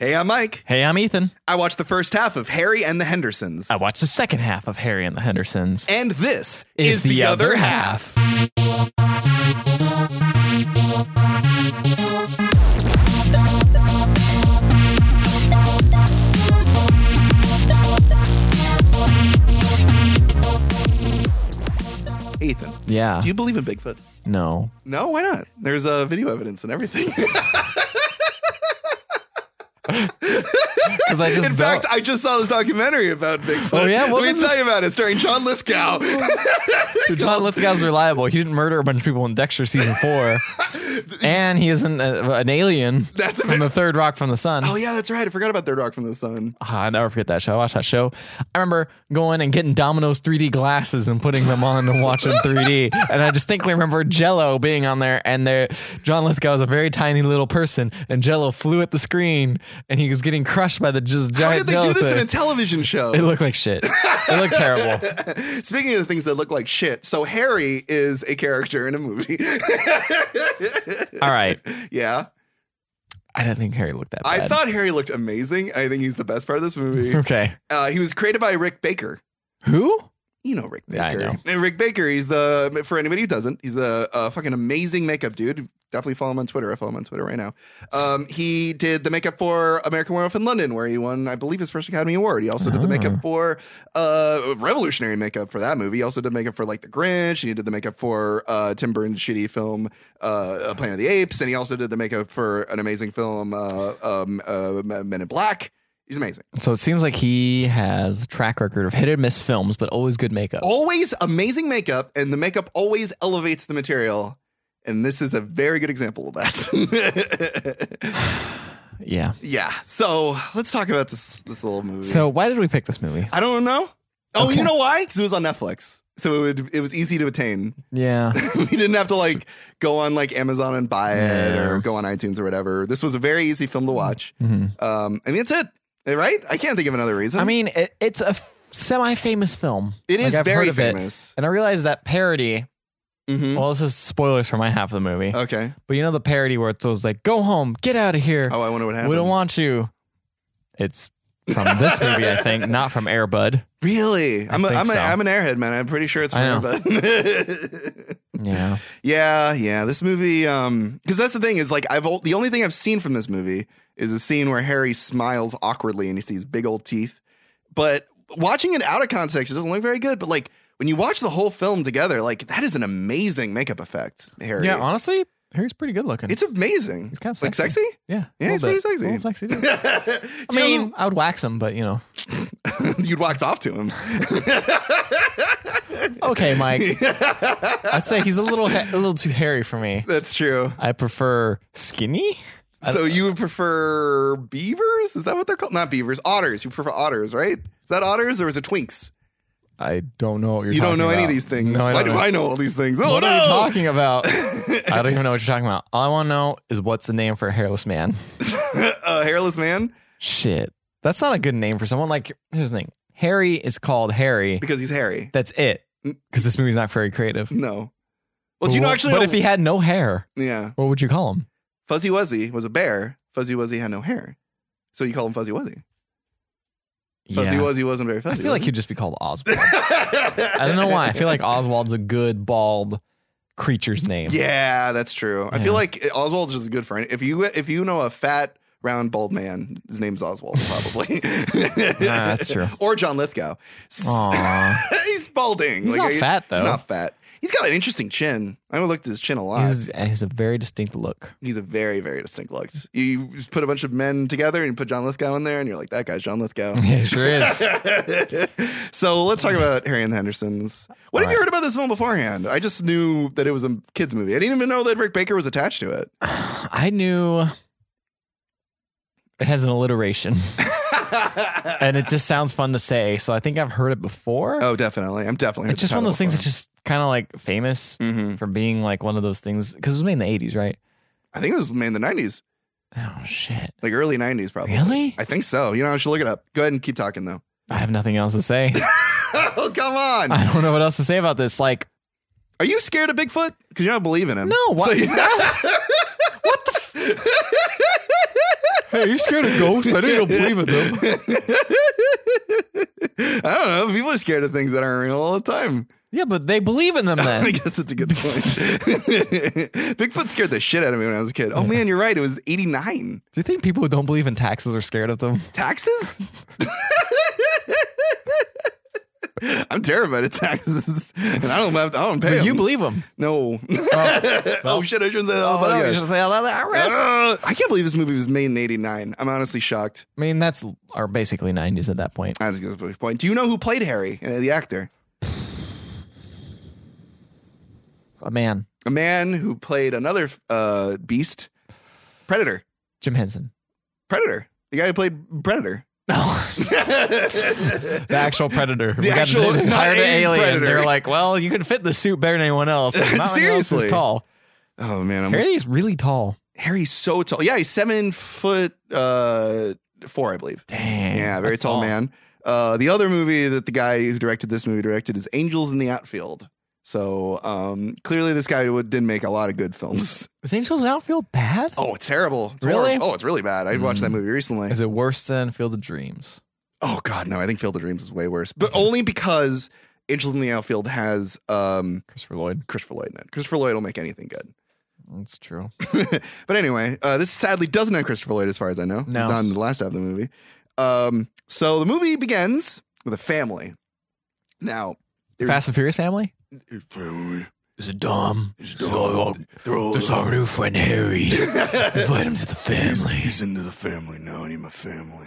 Hey, I'm Mike. Hey, I'm Ethan. I watched the first half of Harry and the Hendersons. I watched the second half of Harry and the Hendersons. and this is, the, other, half. Ethan, Yeah. do you believe in Bigfoot? no. No, why not? There's uh, video evidence and everything. Because I just In fact, I just saw this documentary about Bigfoot. Oh, yeah? What Let was me tell you about it. Starring John Lithgow. don't- John Lithgow's reliable. He didn't murder a bunch of people in Dexter season four, and he isn't a, an alien That's a from the third Rock from the Sun. Oh yeah, that's right. I forgot about Third Rock from the Sun. Ah, I never forget that show. I watched that show. I remember going and getting Domino's 3D glasses and putting them on and watching 3D. And I distinctly remember Jello being on there. And there, John Lithgow was a very tiny little person, and Jello flew at the screen, and he was getting crushed by the just giant. How did they do Jell-O this in thing. a television show? It looked like shit. It looked terrible. Speaking of the things that look like shit, so Harry is a character in a movie. All right. yeah, I didn't think Harry looked that bad. I thought Harry looked amazing. I think he's the best part of this movie. Okay. Uh, he was created by Rick Baker. Who? You know Rick Baker. Yeah, I know. And Rick Baker, he's the for anybody who doesn't, he's a, a fucking amazing makeup dude. Definitely follow him on Twitter. I follow him on Twitter right now. Um, he did the makeup for American Werewolf in London, where he won, I believe, his first Academy Award. He also did Ah. the makeup for uh, revolutionary makeup for that movie. He also did makeup for like The Grinch, and he did the makeup for uh, Tim Burton's shitty film uh, Planet of the Apes, and he also did the makeup for an amazing film uh, um, uh, Men in Black. He's amazing. So it seems like he has a track record of hit and miss films, but always good makeup. always amazing makeup, and the makeup always elevates the material. And this is a very good example of that. Yeah. yeah. So let's talk about this this little movie. So why did we pick this movie? I don't know. Oh, Okay. you know why? Because it was on Netflix, so it would it was easy to attain. Yeah. we didn't have to like go on like Amazon and buy it Yeah. or go on iTunes or whatever. This was a very easy film to watch. hmm Um, and that's it. Right? I can't think of another reason. I mean, it, it's a semi famous film. it like, is I've heard very of it. famous. And I realized that parody. Mhm. Well, this is spoilers for my half of the movie. Okay. But you know the parody where it's always like, go home, get out of here. Oh, I wonder what happened. we don't want you. It's from this movie, I think, not from Airbud. Really? I'm a, think I'm, a, so. am an airhead man. I'm pretty sure it's I from know. but Yeah. yeah, yeah. This movie, um, because that's the thing is like I've o- the only thing I've seen from this movie is a scene where Harry smiles awkwardly and he sees big old teeth. But watching it out of context, it doesn't look very good. But like when you watch the whole film together, like that is an amazing makeup effect, Harry. Yeah, honestly, Harry's pretty good looking. it's amazing. He's kinda like sexy. sexy. yeah. Yeah, a little he's pretty bit. sexy. A little sexy dude. I I mean, I would wax him, but you know. you'd wax off to him. Okay, Mike. I'd say he's a little ha- a little too hairy for me. That's true. I prefer skinny. I- So you would prefer beavers? Is that what they're called? Not beavers, otters. You prefer otters, right? Is that otters or is it twinks? I don't know what you're You don't talking know any of about. these things. No, Why I don't do know. I know all these things? Oh what no! are you talking about? I don't even know what you're talking about. All I want to know is what's the name for a hairless man. A hairless man Shit, that's not a good name for someone. Like here's the thing: Harry is called Harry. because he's hairy. That's it. Because this movie's not very creative. No. Well, Mm. do you know actually? uh, know- But if he had no hair, yeah, what would you call him? Fuzzy Wuzzy was a bear. Fuzzy Wuzzy had no hair, so you call him Fuzzy Wuzzy. Fuzzy Yeah. Wuzzy wasn't very I fuzzy. feel like he'd just be called Oswald. I don't know why. I feel like Oswald's a good bald creature's name. Yeah, that's true. I Yeah. feel like Oswald's just good for any. If you if you know a fat round bald man, his name's Oswald probably. Nah, that's true. Or John Lithgow. S- Aw. he's balding. He's not I- fat though. He's not fat. He's got an interesting chin. I looked at his chin a lot. He's, He's, he's a very distinct look. a very very distinct look. You just put a bunch of men together and you put John Lithgow in there, and you're like, that guy's John Lithgow. He sure is. so let's talk about Harry and the Hendersons. What have All you right. heard about this film beforehand? I just knew that it was a kids movie. I didn't even know that Rick Baker was attached to it. I knew it has an alliteration, and it just sounds fun to say. So I think I've heard it before. oh, definitely. I'm definitely. it's just one of those things that's just kind of like famous hmm for being like one of those things because it was made in the '80s, right? I think it was made in the '90s, Oh shit! like early '90s, probably. Really? I think so. You know, I should look it up. Go ahead and keep talking though. I have nothing else to say. oh, come on. I don't know what else to say about this. Like, Are you scared of Bigfoot? Because you don't believe in him. No, why- So you- Hey, you scared of ghosts? I didn't believe in them. I don't know. People are scared of things that aren't real all the time. Yeah, but they believe in them I then. guess that's a good point. Bigfoot scared the shit out of me when I was a kid. Oh man, you're right. It was 89. Do you think people who don't believe in taxes are scared of them? Taxes? I'm terrified at taxes, and I don't. Have, I don't pay. But you them. believe them. No. Oh, Oh, shit! I shouldn't say that. on the Oh, no, you podcast. should say, "Oh, that rest." Uh, I can't believe this movie was made in '89. I'm honestly shocked. I mean, that's are basically 90s at that point. That's a good point. Do you know who played Harry, uh, the actor? A man, A man who played another uh, beast, Predator. Jim Henson. Predator. The guy who played Predator. No, the actual predator. We got- actual- they not hired an a alien. predator. They're like, well, you can fit the suit better than anyone else. Not anyone else is Seriously. tall. oh man, I'm, Harry's really tall. Harry's so tall. Yeah, he's seven foot uh, four, I believe. Dang. Yeah, very that's tall, man. Uh, the other movie that the guy who directed this movie directed is Angels in the Outfield. So um, clearly, this guy would, didn't make a lot of good films. Is Angels Outfield bad? Oh, it's terrible. It's Really? horrible. Oh, it's really bad. I watched Mm. that movie recently. Is it worse than Field of Dreams? Oh God, no! I think Field of Dreams is way worse, but only because Angels in the Outfield has um, Christopher Lloyd. Christopher Lloyd in it. Christopher Lloyd will make anything good. That's true. but anyway, uh, this sadly doesn't have Christopher Lloyd, as far as I know. He's No. not in the last half of the movie. Um, so the movie begins with a family. Now, there's- Fast and Furious family? family Is it dumb? is dog. They're all- our new friend Harry. Invite him to the family. He's into the family now, and he's my family.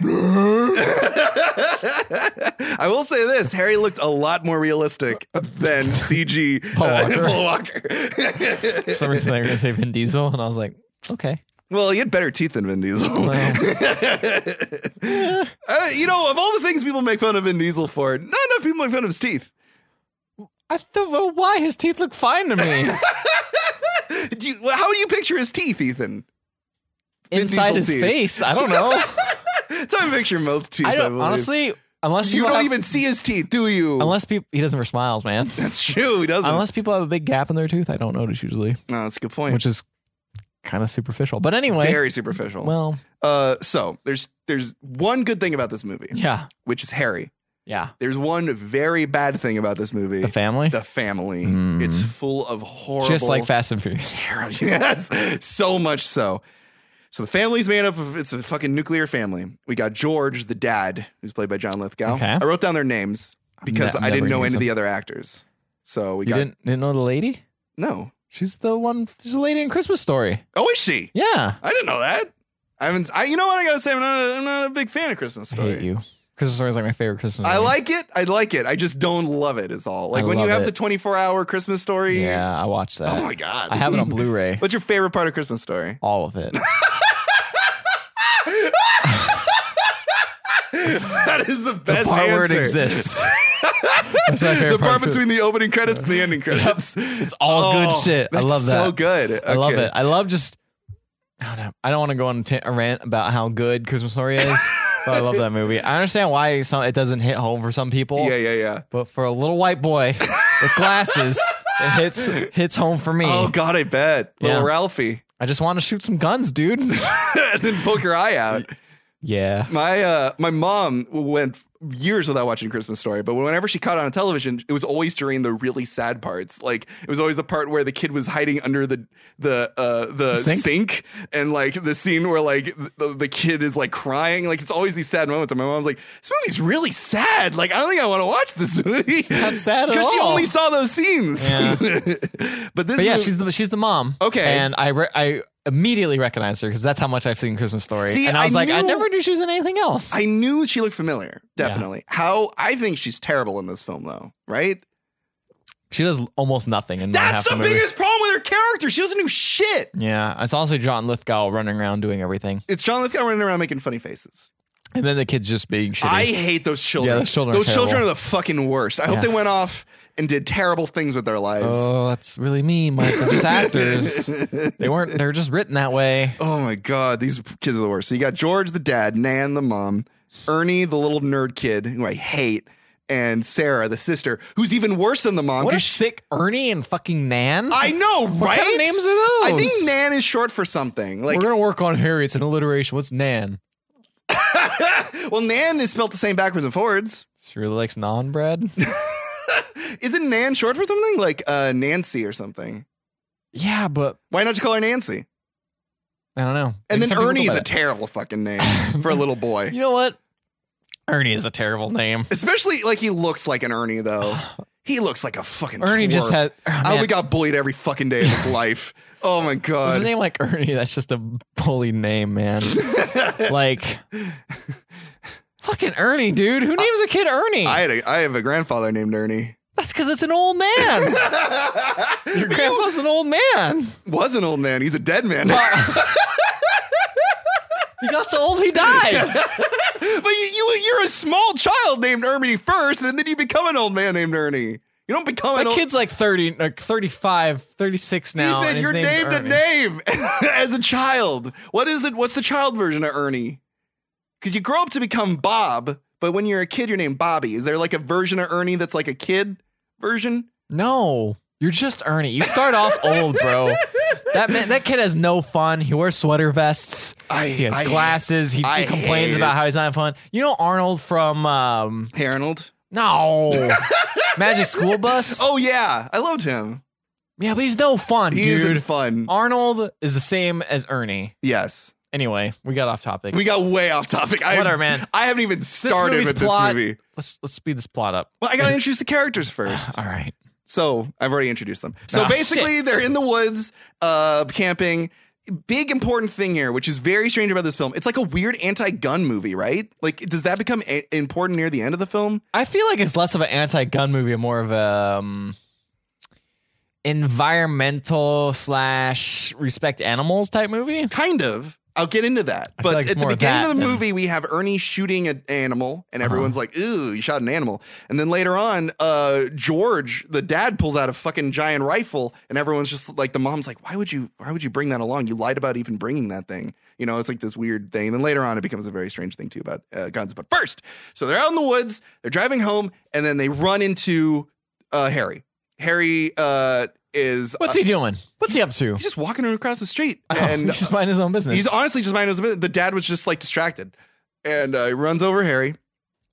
I will say this: Harry looked a lot more realistic than CG Paul uh, Walker. Paul Walker. For some reason, they were going to say Vin Diesel, and I was like, okay. well, he had better teeth than Vin Diesel. Well. Uh, you know, of all the things people make fun of Vin Diesel for, not enough people make fun of his teeth. I don't know why his teeth look fine to me. Do you, well, how do you picture his teeth, Ethan? Vin Inside Diesel his teeth. face. I don't know. Time to picture both teeth. I, I don't believe. honestly unless you people don't have- even see his teeth, do you? unless people he doesn't wear smiles, man. That's true. He doesn't. Unless people have a big gap in their tooth, I don't notice usually, no, that's a good point. which is kind of superficial. But anyway, Very superficial. well, uh, so there's there's one good thing about this movie, yeah, which is Harry. yeah, There's one very bad thing about this movie: the family, the family. Mm. It's full of horrible, just like Fast and Furious. terrible. Yes, so much so. So the family's made up of it's a fucking nuclear family. We got George, the dad, who's played by John Lithgow. Okay. I wrote down their names because ne- I didn't never know used any of them. the other actors. So we You got didn't didn't know the lady? no. She's the one. She's the lady in Christmas Story. Oh, is she? Yeah, I didn't know that. I haven't. I, you know what? I gotta say, I'm not. A, I'm not a big fan of Christmas I Story. hate you. Christmas Story is like my favorite Christmas. I movie. like it. I like it. I just don't love it. Is all. Like I when you love have it. the 24 hour Christmas Story. Yeah, I watched that. Oh my god. I have it on Blu-ray. What's your favorite part of Christmas Story? All of it. that is the The best part answer. where it exists. That's my favorite the part part. between the opening credits and the ending credits. Oh, It's all good shit. I that's love that. So good. I love Okay. it. I love just. I don't know. I don't want to go on a t- a rant about how good Christmas Story is, but I love that movie. I understand why some, it doesn't hit home for some people, Yeah, yeah, yeah. but for a little white boy with glasses, it hits hits home for me. Oh god, I bet. Little Yeah. Ralphie. I just want to shoot some guns, dude. and then poke your eye out. yeah, My uh, my mom went years without watching Christmas Story, but whenever she caught it on television, it was always during the really sad parts. Like it was always the part where the kid was hiding under the the uh, the Sink? sink? and like the scene where like the, the kid is like crying. Like it's always these sad moments. And my mom's like, "This movie's really sad. Like I don't think I want to watch this movie." not sad at because she all. only saw those scenes. Yeah. but this, but yeah, movie- she's the she's the mom. Okay. and I re- I immediately recognized her because that's how much I've seen Christmas Story. See, and I I was like, I knew- never knew she was in anything else. I knew she looked familiar. Yeah. Definitely. How I think she's terrible in this film, though. Right. she does almost nothing in half That's the the movie. biggest problem with her character. She doesn't do shit. Yeah, it's also John Lithgow running around doing everything, It's John Lithgow running around making funny faces. and then the kids just being shitty. I hate those children. Yeah, those children are Those children are terrible. the fucking worst. I Yeah. hope they went off and did terrible things with their lives. Oh, that's really mean, Mike. They're just actors. They weren't. They're just written that way. Oh my god, these kids are the worst. So you got George the dad, Nan the mom, Ernie the little nerd kid who I hate, and Sarah, the sister, who's even worse than the mom. What a 'cause she- sick Ernie and fucking Nan. I know, right? What kind of names are I those? think Nan is short for something. Like, We're gonna work on Harry. It's an alliteration. What's Nan? well, Nan is spelled the same backwards and forwards. She really likes non bread. Isn't Nan short for something like uh, Nancy or something? yeah, but Why not you call her Nancy? I don't know. And Maybe then some people Ernie go is by a terrible fucking name for a little boy. that. you know what? Ernie is a terrible name. Especially like he looks like an Ernie though. He looks like a fucking Ernie just Oh, twerp. had. Oh, Oh, man. we got bullied every fucking day of his life. Oh my With a god. name like Ernie, that's just a bully name, man. like, fucking Ernie, dude. Who names a kid Ernie? I had a I have a grandfather named Ernie. that's because it's an old man. Your Your grandpa's an old man. was an old man. He's a dead man. He got so old he died. but you, you you're a small child named Ernie first, and then you become an old man named Ernie. You don't become an That old kid's like 30, like 35, 36 now. You said and his you're name's named a Ernie. name as a child. What is it? What's the child version of Ernie? Because you grow up to become Bob, but when you're a kid, you're named Bobby. Is there like a version of Ernie that's like a kid version? No, you're just Ernie. You start off old, bro. That man, that kid has no fun. He wears sweater vests. I, He has I- glasses. He, I he complains hate about it. how he's not having fun. You know Arnold from um Hey, Arnold. no Magic School Bus. Oh yeah, I loved him. yeah, but he's no fun, He dude. isn't fun. Arnold is the same as Ernie. Yes, Anyway, we got off topic. we got way off topic. I, Whatever, man. I haven't even started movie's with plot- this movie. Let's let's speed this plot up. Well, I gotta introduce the characters first. All right. So I've already introduced them. So Ah, basically, they're in the woods, uh, camping. Big important thing here, which is very strange about this film. It's like a weird anti-gun movie, right? Like, does that become a- important near the end of the film? I feel like it's less of an anti-gun movie and more of a um, environmental slash respect animals type movie. Kind of. I'll get into that. I feel but like it's at the more of beginning that of the than- movie, we have Ernie shooting an animal, and Uh-huh. everyone's like, "Ooh, you shot an animal." And then later on, uh, George, the dad, pulls out a fucking giant rifle, and everyone's just like, "The mom's like, why would you? Why would you bring that along? You lied about even bringing that thing." You know, it's like this weird thing. And then later on, it becomes a very strange thing too about uh, guns. But first, so they're out in the woods, they're driving home, and then they run into uh, Harry. Harry uh, is What's he doing? What's he up to? he's just walking across the street, And and he's just minding his own business. He's honestly just minding his business. The dad was just like distracted, and uh, he runs over Harry.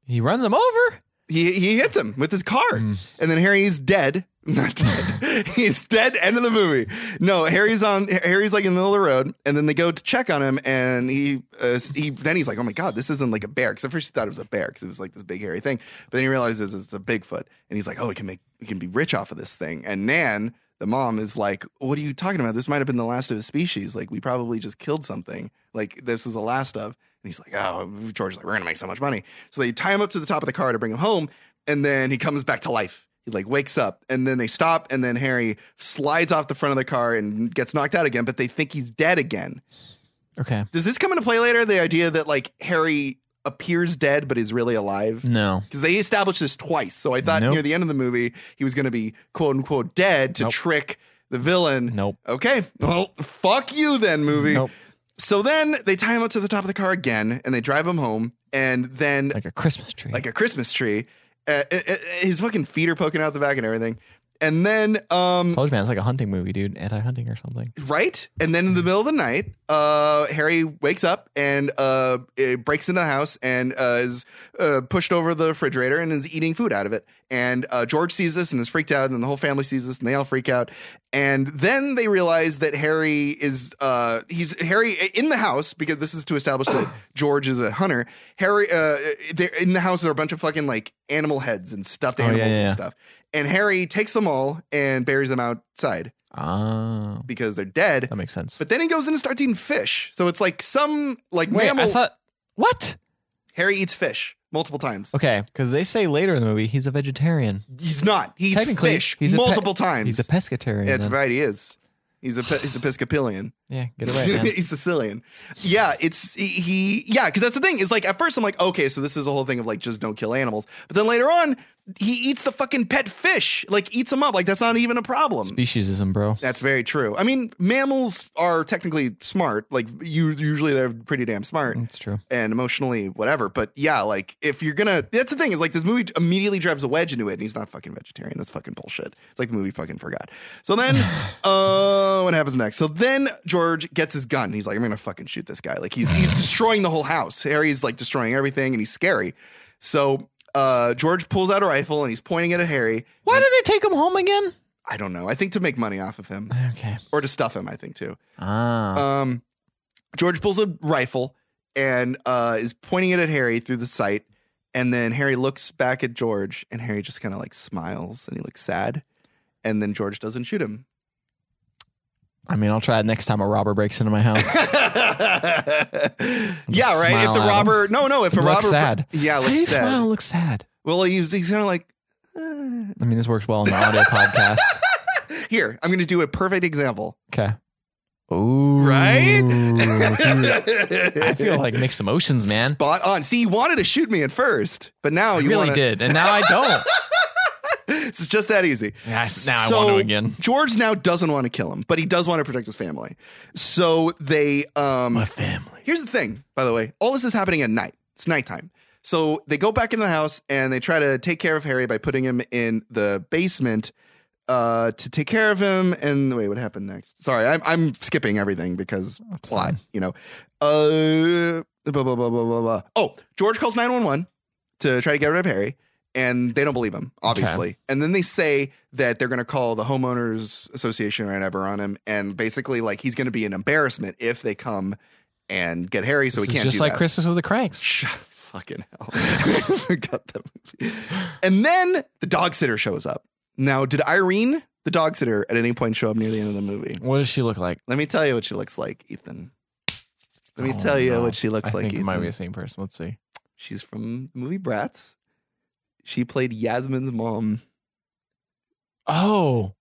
he runs him over. He he hits him with his car, Mm. and then Harry's dead. Not dead. He's dead. End of the movie. No, Harry's on. Harry's like in the middle of the road, and then they go to check on him, and he uh, he then he's like, oh my god, this isn't like a bear. Because at first he thought it was a bear because it was like this big hairy thing, but then he realizes it's a Bigfoot, and he's like, oh, we can make we can be rich off of this thing. And Nan, the mom, is like, what are you talking about? This might have been the last of his species. Like we probably just killed something. Like this is the last of. And he's like, oh, George's like, we're gonna make so much money. So they tie him up to the top of the car to bring him home, and then he comes back to life. He like wakes up, and then they stop, and then Harry slides off the front of the car and gets knocked out again. But they think he's dead again. Okay. Does this come into play later? The idea that like Harry appears dead but is really alive No. because they established this twice. So I thought Mm. Nope. near the end of the movie he was going to be quote unquote dead to Nope. trick the villain. Nope. Okay, well, fuck you then, movie. Nope. So then they tie him up to the top of the car again, and they drive him home, and then Like a Christmas tree. like a Christmas tree. Uh, uh, uh, his fucking feet are poking out the back and everything. And then, um, Told you, man, it's like a hunting movie, dude. Anti-hunting or something. right? And then in the middle of the night, uh, Harry wakes up and uh, it breaks into the house and uh, is uh, pushed over the refrigerator and is eating food out of it. And uh, George sees this and is freaked out, and then the whole family sees this and they all freak out. And then they realize that Harry is uh, he's Harry in the house because this is to establish that George is a hunter. Harry uh, they're- in the house there are a bunch of fucking like animal heads and stuffed Oh, yeah, animals yeah, and yeah. stuff. And Harry takes them all and buries them outside Oh, because they're dead. that makes sense. But then he goes in and starts eating fish. So it's like some like Wait, mammal. I thought what? Harry eats fish multiple times. Okay, because they say later in the movie he's a vegetarian. He's not. He eats Technically, fish he's a pe- multiple times. He's a pescatarian. That's then. right. He is. He's a pe- he's Episcopalian. Yeah, get it right, man. he's Sicilian. Yeah, it's he. he yeah, because that's the thing. Is like at first I'm like, okay, so this is a whole thing of like just don't kill animals. But then later on, he eats the fucking pet fish, like eats them up. Like that's not even a problem. Speciesism, bro. That's very true. I mean, mammals are technically smart. Like you, usually they're pretty damn smart That's true. and emotionally whatever. But yeah, like if you're gonna, that's the thing is like this movie immediately drives a wedge into it, and he's not fucking vegetarian. That's fucking bullshit. It's like the movie fucking forgot. So then, uh, what happens next? So then George gets his gun. He's like, I'm gonna fucking shoot this guy. Like he's he's destroying the whole house. Harry's like destroying everything, and he's scary. So uh, George pulls out a rifle and he's pointing it at Harry. Why did they take him home again? I don't know. I think to make money off of him Okay. or to stuff him. I think too. Ah. Um, George pulls a rifle and uh, is pointing it at Harry through the sight. And then Harry looks back at George, and Harry just kind of like smiles and he looks sad. And then George doesn't shoot him. I mean, I'll try it next time a robber breaks into my house. yeah, right. If smile the at him. robber, no, no, if a Looks robber, sad. yeah, How do you looks sad. smile? Looks sad. Well, he's he's kind of like. "Uh." I mean, this works well on the audio podcast. Here, I'm going to do a perfect example. Okay. Ooh. Right? dude, I feel like mixed emotions, man. Spot on. See, you wanted to shoot me at first, but now I oh, you really wanna- did, and now I don't. It's just that easy. Yes, now I So- want to again. George now doesn't want to kill him, but he does want to protect his family. So they um family. here's the thing, by the way. All this is happening at night. It's nighttime. So they go back into the house and they try to take care of Harry by putting him in the basement uh to take care of him and wait what happened next sorry i'm i'm skipping everything because plot fine. you know uh blah, blah, blah, blah, blah, blah. oh george calls 911 to try to get rid of harry and they don't believe him obviously and then they say that they're going to call the homeowners association or whatever on him and basically like he's going to be an embarrassment if they come and get harry so This we is can't just do like that. Christmas with the Cranks. Sh- fucking hell. I forgot that movie. And then the dog sitter shows up. Now, did Irene, the dog sitter, at any point show up near the end of the movie? What does she look like? Let me tell you what she looks like, Ethan. Let me Oh, tell you no. what she looks I like, think it Ethan. might be the same person. Let's see. She's from the movie Brats. She played Yasmin's mom. Oh.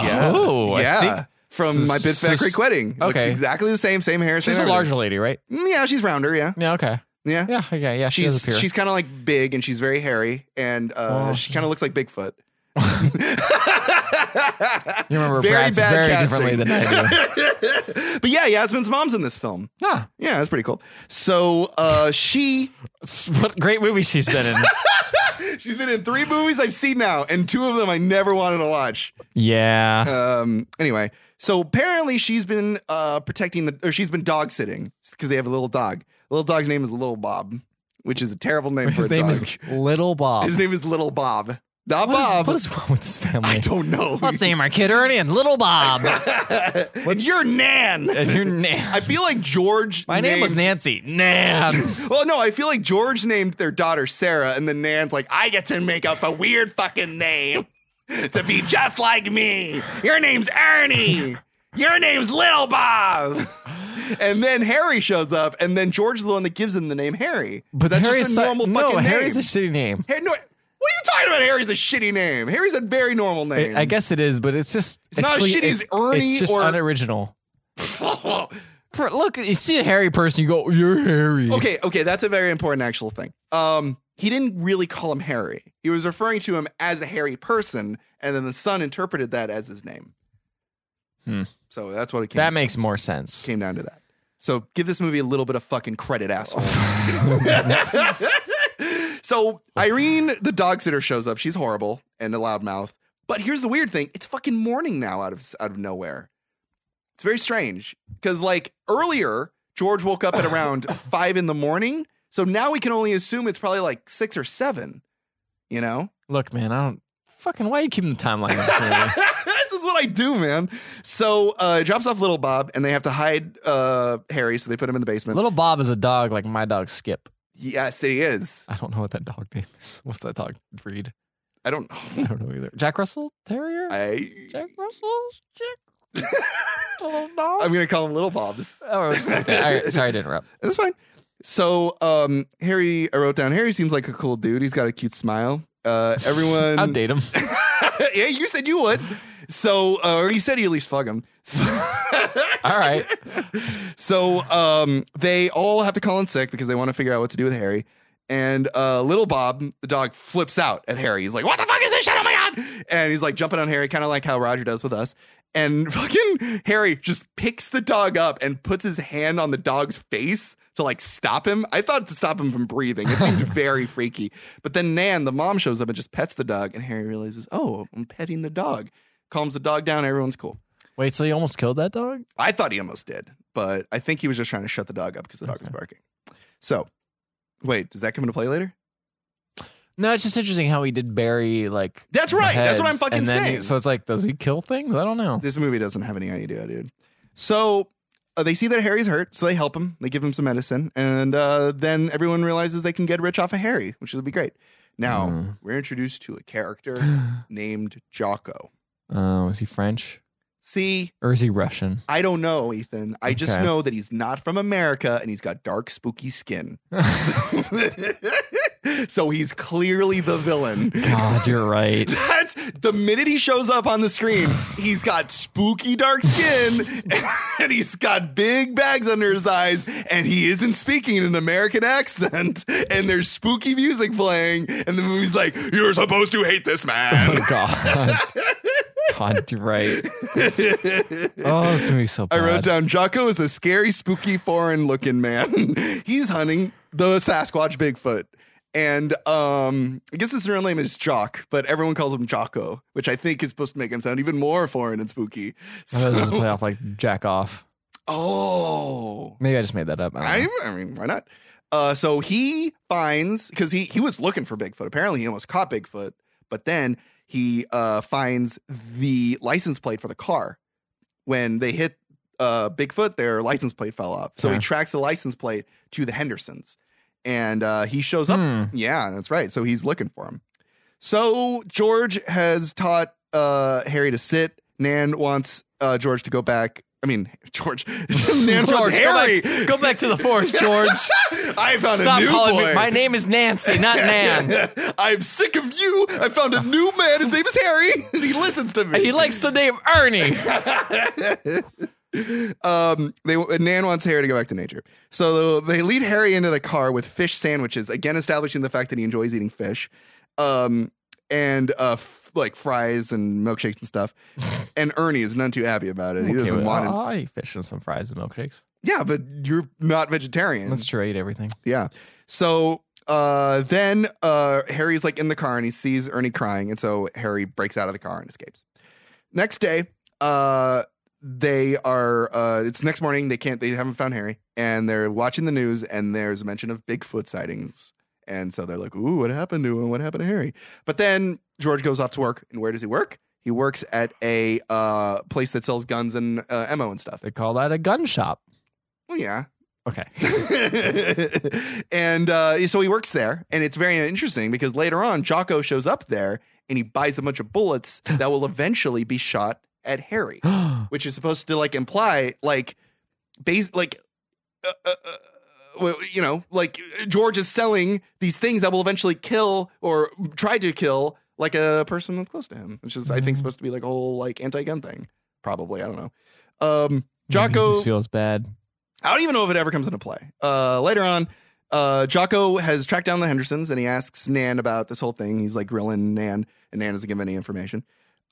Yeah. Oh. I yeah. think- from so- My Big so- Fat Greek Wedding. Looks okay. exactly the same, same hair. same she's a everything. larger lady, right? Mm, Yeah, she's rounder. Yeah. Yeah. Okay. Yeah. Yeah. Okay. Yeah. She she's does appear. she's kind of like big and she's very hairy and uh, Oh, she she- kind of looks like Bigfoot. You remember Bratz very differently than do. but yeah, Yasmin's mom's in this film. ah, Yeah, that's pretty cool. So uh, she it's- what great movie she's been in. she's been in three movies I've seen now, and two of them I never wanted to watch. yeah. Um, anyway, so apparently she's been uh, protecting the or she's been dog sitting because they have a little dog. The little dog's name is Little Bob, which is a terrible name for a His name dog. is Little Bob. His name is Little Bob. Not What is- Bob. what is wrong with this family? I don't know. Let's name our kid Ernie and Little Bob. and you're Nan. and your name. I feel like George. My name was named- Nancy. Nan. Well, no, I feel like George named their daughter Sarah, and then Nan's like, I get to make up a weird fucking name to be just like me. Your name's Ernie. Your name's Little Bob. And then Harry shows up, and then George is the one that gives him the name Harry. But that's Harry's just a si- normal no, fucking Harry's name. a shitty name. Hey, no, what are you talking about? Harry's a shitty name. Harry's a very normal name. I guess it is, but it's just It's not as cle- shitty as it's, Ernie It's just or- unoriginal. guess. For, look, you see a hairy person, you go, "You're hairy." Okay, okay, that's a very important actual thing. Um, he didn't really call him Harry. He was referring to him as a hairy person, and then the son interpreted that as his name. Hmm. So that's what it came, that makes more sense. came down to that. So give this movie a little bit of fucking credit, asshole. so Irene, the dog sitter, shows up. She's horrible and a loudmouth. But here's the weird thing: it's fucking morning now, out of out of nowhere. It's very strange because like earlier, George woke up at around five in the morning. So now we can only assume it's probably like six or seven. You know. Look, man, I don't fucking. Why are you keeping the timeline? on this movie? this is what I do, man. So uh, it drops off little Bob, and they have to hide uh, Harry, so they put him in the basement. Little Bob is a dog like my dog Skip. yes, he is. I don't know what that dog name is. What's that dog breed? I don't I know. don't know either. Jack Russell Terrier. I. Jack Russell. Jack. the little dog. I'm gonna call him Little Bob's. Oh, I was gonna say- all right, sorry to interrupt. That's fine. So um, Harry, I wrote down. Harry seems like a cool dude. He's got a cute smile. Uh, everyone. I'll date him. yeah, you said you would. So, uh, or you said you at least fuck him. All right. so um, they all have to call in sick because they want to figure out what to do with Harry. And uh, little Bob, the dog, flips out at Harry. He's like, "What the fuck is this shit? Oh my god!" And he's like jumping on Harry, kind of like how Roger does with us. And fucking Harry just picks the dog up and puts his hand on the dog's face to like stop him. I thought to stop him from breathing. It seemed very freaky. But then Nan, the mom, shows up and just pets the dog, and Harry realizes, "Oh, I'm petting the dog." Calms the dog down. Everyone's cool. Wait, so you almost killed that dog? I thought he almost did, but I think he was just trying to shut the dog up because the dog was Okay. barking. So, wait, does that come into play later? No, it's just interesting how he did bury like. That's the right. That's what I'm heads, fucking and then he- saying. so it's like, does he kill things? I don't know. This movie doesn't have any idea, dude. So uh, they see that Harry's hurt, so they help him. They give him some medicine, and uh, then everyone realizes they can get rich off of Harry, which would be great. Now Mm. we're introduced to a character named Jocko. Uh, is he French See, or is he Russian? I don't know, Ethan. I just Okay. know that he's not from America and he's got dark, spooky skin. so, so he's clearly the villain. God, you're right. That's the minute he shows up on the screen, he's got spooky dark skin and he's got big bags under his eyes and he isn't speaking in an American accent and there's spooky music playing and the movie's like, You're supposed to hate this man. Oh God, God, you're right. Oh, this movie's so I bad. wrote down Jocko is a scary, spooky, foreign looking man. He's hunting the Sasquatch Bigfoot. And um, I guess his real name is Jock, but everyone calls him Jocko, which I think is supposed to make him sound even more foreign and spooky. I thought it was just a So- play off like jack off. oh, Maybe I just made that up. I don't I, know. I mean, why not? Uh, so he finds because he he was looking for Bigfoot. Apparently, he almost caught Bigfoot, but then he uh, finds the license plate for the car. When they hit uh, Bigfoot, their license plate fell off. So he Okay. tracks the license plate to the Hendersons, and uh, he shows up Hmm. yeah, that's right. So he's looking for him. So George has taught uh, Harry to sit. Nan wants uh, George to go back. I mean, George. Nan Hmm. wants George, go back- Harry. Go back to the forest, George. I found Stop a new calling boy. me. My name is Nancy, not Nan. I'm sick of you. I found a new man. His name is Harry, and he listens to me. he likes the name Ernie. um, they Nan wants Harry to go back to nature, so they lead Harry into the car with fish sandwiches, again establishing the fact that he enjoys eating fish, um, and uh, f- like fries and milkshakes and stuff. and Ernie is none too happy about it. He doesn't want it. I eat fish and some fries and milkshakes. Yeah, but you're not vegetarian. That's true. I eat everything. Yeah. So uh, then uh, Harry's like in the car and he sees Ernie crying. And so Harry breaks out of the car and escapes. Next day, uh, they are, uh, it's next morning. They can't, they haven't found Harry. And they're watching the news and there's a mention of Bigfoot sightings. And so they're like, ooh, what happened to him? What happened to Harry? But then George goes off to work. And where does he work? He works at a uh, place that sells guns and uh, ammo and stuff. They call that a gun shop. Well, yeah. Okay. and uh, so he works there, and it's very interesting because later on, Jocko shows up there and he buys a bunch of bullets that will eventually be shot at Harry, which is supposed to like imply like base like uh, uh, uh, well, you know like George is selling these things that will eventually kill or try to kill like a person that's close to him, which is I think Mhm. supposed to be like a whole like anti-gun thing, probably I don't know. Um, Maybe Jocko he just feels bad. I don't even know if it ever comes into play. Uh, later on, uh, Jocko has tracked down the Hendersons and he asks Nan about this whole thing. He's like grilling Nan, and Nan doesn't give any information.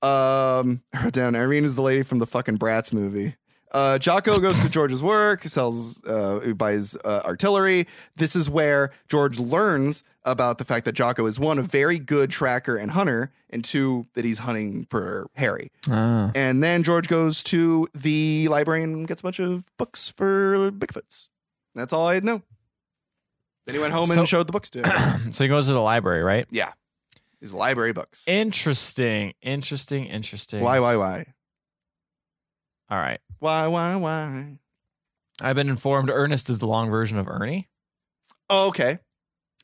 Um, I wrote down Irene is the lady from the fucking Bratz movie. Uh, Jocko goes to George's work, sells, uh, he buys uh, artillery. This is where George learns about the fact that Jocko is one, a very good tracker and hunter, and two, that he's hunting for Harry. Ah. And then George goes to the library and gets a bunch of books for Bigfoots. That's all I know. Then he went home So- and showed the books to him. so he goes to the library, right? his library books. Interesting. Interesting. Interesting. Why, why, why? All right. Why, why, why? I've been informed Ernest is the long version of Ernie. Oh, okay.